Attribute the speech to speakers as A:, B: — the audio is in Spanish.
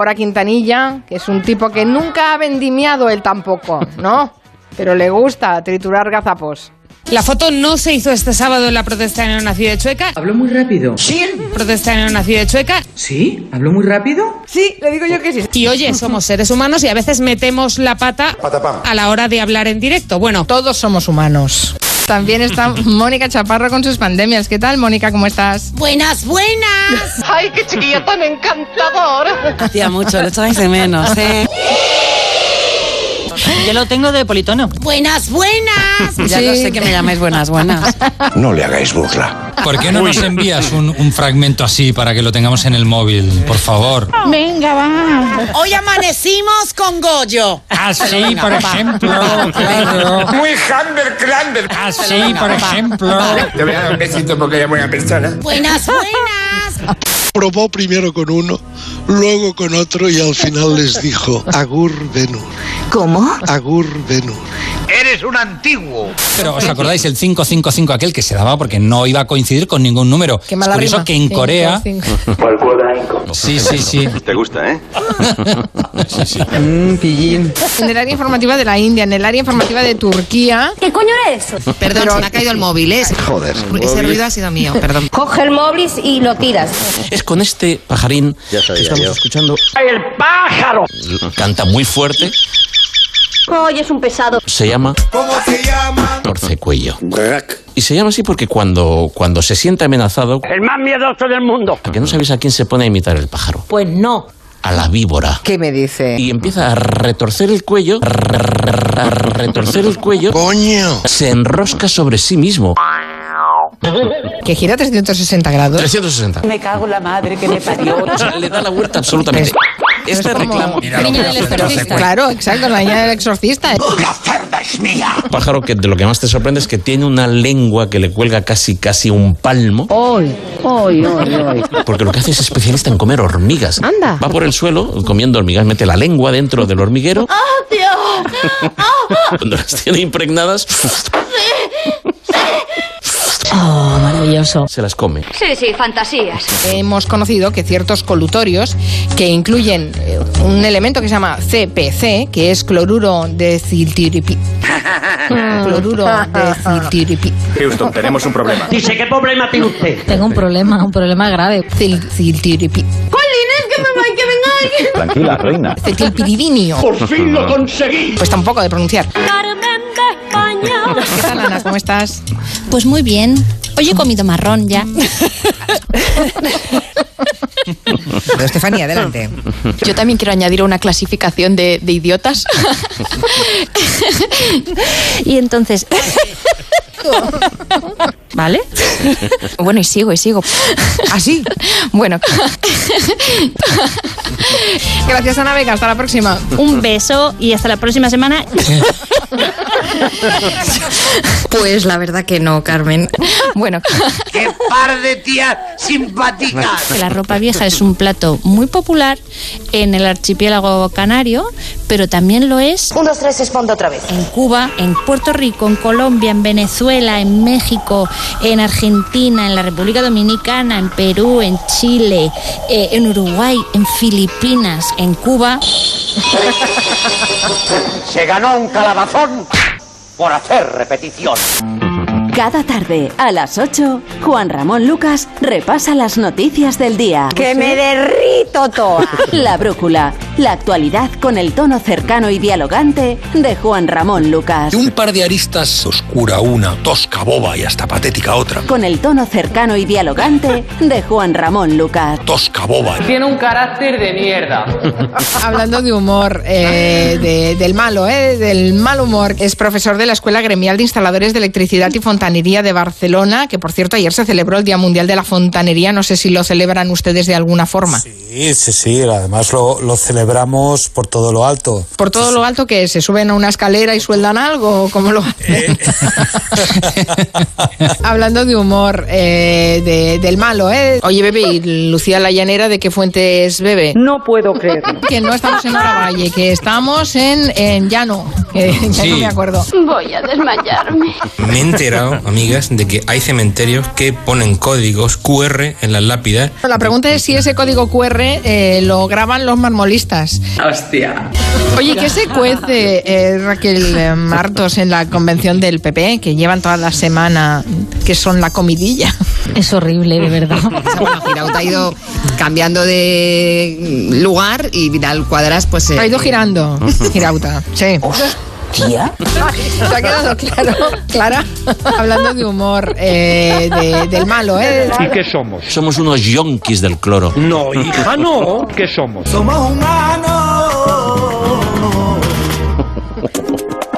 A: Ahora Quintanilla, que es un tipo que nunca ha vendimiado él tampoco, ¿no? Pero le gusta triturar gazapos.
B: La foto no se hizo este sábado en la protesta en una ciudad chueca.
C: Habló muy rápido.
B: Sí. Protesta en una ciudad chueca.
C: ¿Sí? ¿Habló muy rápido?
A: Sí, le digo yo que sí.
B: Y oye, somos seres humanos y a veces metemos la pata a la hora de hablar en directo. Bueno,
A: Todos somos humanos. También está Mónica Chaparro con sus pandemias. ¿Qué tal, Mónica? ¿Cómo estás?
D: Buenas, buenas.
E: ¡Ay, qué chiquillo tan encantador!
D: Hacía mucho, lo echáis de menos, ¿eh?
F: Yo lo tengo de politono.
D: Buenas, buenas.
F: Ya lo sé que me llamáis buenas, buenas.
G: No le hagáis burla.
H: ¿Por qué no nos envías un, un fragmento así para que lo tengamos en el móvil, por favor?
D: Hoy amanecimos con Goyo.
H: Así, por ejemplo.
G: Muy Humber Clamber.
H: Así, por ejemplo.
G: Te voy a dar un besito porque eres buena persona.
D: Buenas, buenas.
I: Probó primero con uno, luego con otro y al final les dijo Agur Benur. ¿Cómo? Agur Benur.
H: Pero os acordáis el 555 aquel que se daba porque no iba a coincidir con ningún número.
A: Qué mala
H: es curioso
A: rima.
H: que en
A: Cinco,
H: Corea.
A: cinco.
H: Sí, sí, sí.
G: Te gusta, ¿eh?
H: Sí, sí.
A: En el área informativa de la India, en el área informativa de Turquía,
J: ¿Qué coño era eso?
B: perdón, se me ha caído el móvil, ¿eh?
G: Joder.
B: Ese ruido ha sido mío, perdón.
J: Coge el móvil y lo tiras.
F: Es con este pajarín
G: Ya sabía
F: que estamos
G: yo.
F: escuchando. ¡El pájaro! Canta muy fuerte,
J: Hoy es un pesado.
F: se llama. ¿Cómo se llama? Torcecuello. Y se llama así porque cuando, cuando se siente amenazado. ¡El más miedoso del mundo! Que no sabéis a quién se pone a imitar el pájaro.
D: Pues no.
F: A la víbora.
A: ¿qué me dice?
F: Y empieza a retorcer el cuello. a retorcer el cuello.
I: ¡Coño!
F: Se enrosca sobre sí mismo.
A: Que gira 360 grados.
F: 360.
D: Me cago en la madre que me parió.
F: O sea, le da la vuelta absolutamente. Este
A: como-
F: reclamo.
B: Niña del exorcista.
A: Claro, exacto, la niña del exorcista.
F: pájaro que de lo que más te sorprende es que tiene una lengua que le cuelga casi casi un palmo. Hoy, hoy, hoy, Porque lo que hace es especialista en comer hormigas. Anda. Va por el suelo comiendo hormigas, mete la lengua dentro del hormiguero. Cuando las tiene impregnadas. Oh, maravilloso. Se las come.
J: Sí, sí, fantasías.
A: Hemos conocido que ciertos colutorios que incluyen eh, un elemento que se llama CPC, que es cloruro de ciltiripi. cloruro de ciltiripi.
G: Houston, tenemos un problema.
C: Dice, ¿qué problema tiene usted?
K: Tengo un problema, un problema grave.
A: Cil- Ciltiripi.
G: Tranquila, reina.
A: Cetilpiridinio.
C: Por fin lo conseguí.
A: Pues tampoco de pronunciar.
J: Carmen de España.
A: ¿Qué tal, Ana? ¿Cómo estás?
K: Pues muy bien. Hoy he comido marrón ya.
A: Pero Estefanía, adelante.
K: Yo también quiero añadir una clasificación de, de idiotas. y entonces... ¿Vale? Bueno, y sigo, y sigo. ¿Ah,
A: ¿Así?
K: Bueno,
A: Gracias, Ana Vega. Hasta la próxima.
K: un beso y hasta la próxima semana. Pues la verdad que no, Carmen. Bueno,
C: ¡Qué par de tías simpáticas!
K: que la ropa vieja es un plato muy popular en el archipiélago canario, pero también lo es
J: Un, dos, tres, esponda otra vez.
K: en Cuba, en Puerto Rico, en Colombia, en Venezuela, en México, en Argentina, en la República Dominicana, en Perú, en Chile, eh, en Uruguay, en Filipinas, en Cuba.
C: Se ganó un calabazón por hacer repetición.
J: Cada tarde, a las 8, Juan Ramón Lucas repasa las noticias del día. ¡Que me derrito toda! La brújula, la actualidad con el tono cercano y dialogante de Juan Ramón Lucas.
G: Un par de aristas, oscura una, tosca boba y hasta patética otra.
J: Con el tono cercano y dialogante de Juan Ramón Lucas.
G: Tosca boba.
C: Tiene un carácter de mierda.
A: Hablando de humor, eh, de- del malo, eh, del mal humor, es profesor de la Escuela Gremial de Instaladores de Electricidad y Fontanería de Barcelona, que por cierto ayer se celebró el Día Mundial de la Fontanería. No sé si lo celebran ustedes de alguna forma.
G: Sí, sí, sí. Además lo, lo celebramos
L: celebramos por todo lo alto.
A: Por todo lo alto que se suben a una escalera y sueldan algo, o ¿cómo lo hacen? Hablando de humor, eh, de- del malo, ¿eh? Oye, bebé, ¿y Lucía la llanera de qué fuente es bebé? No puedo creerlo. que no estamos en Oravalle, que estamos en, en Llano. que ya no
M: Sí.
A: me acuerdo.
E: Voy a desmayarme.
M: Me he enterado, amigas, de que hay cementerios que ponen códigos QR en las lápidas.
A: La pregunta es si ese código QR eh, lo graban los marmolistas.
M: Hostia.
A: Oye, ¿qué se cuece, eh, Raquel eh, Martos, en la convención del PP? Que llevan toda la semana, que son la comidilla.
N: Es horrible, de verdad.
O: Bueno, Girauta ha ido cambiando de lugar y Vidal Cuadras pues...
A: Ha ido girando, Girauta. Sí.
O: ¿Tía?
A: ¿Te ha quedado claro, Clara? Hablando de humor, eh, de- del malo, ¿eh?
F: qué somos? Somos unos yonkis del cloro. No,
P: hija,
F: no. ¿Qué somos?
P: Somos humanos.
C: Oh,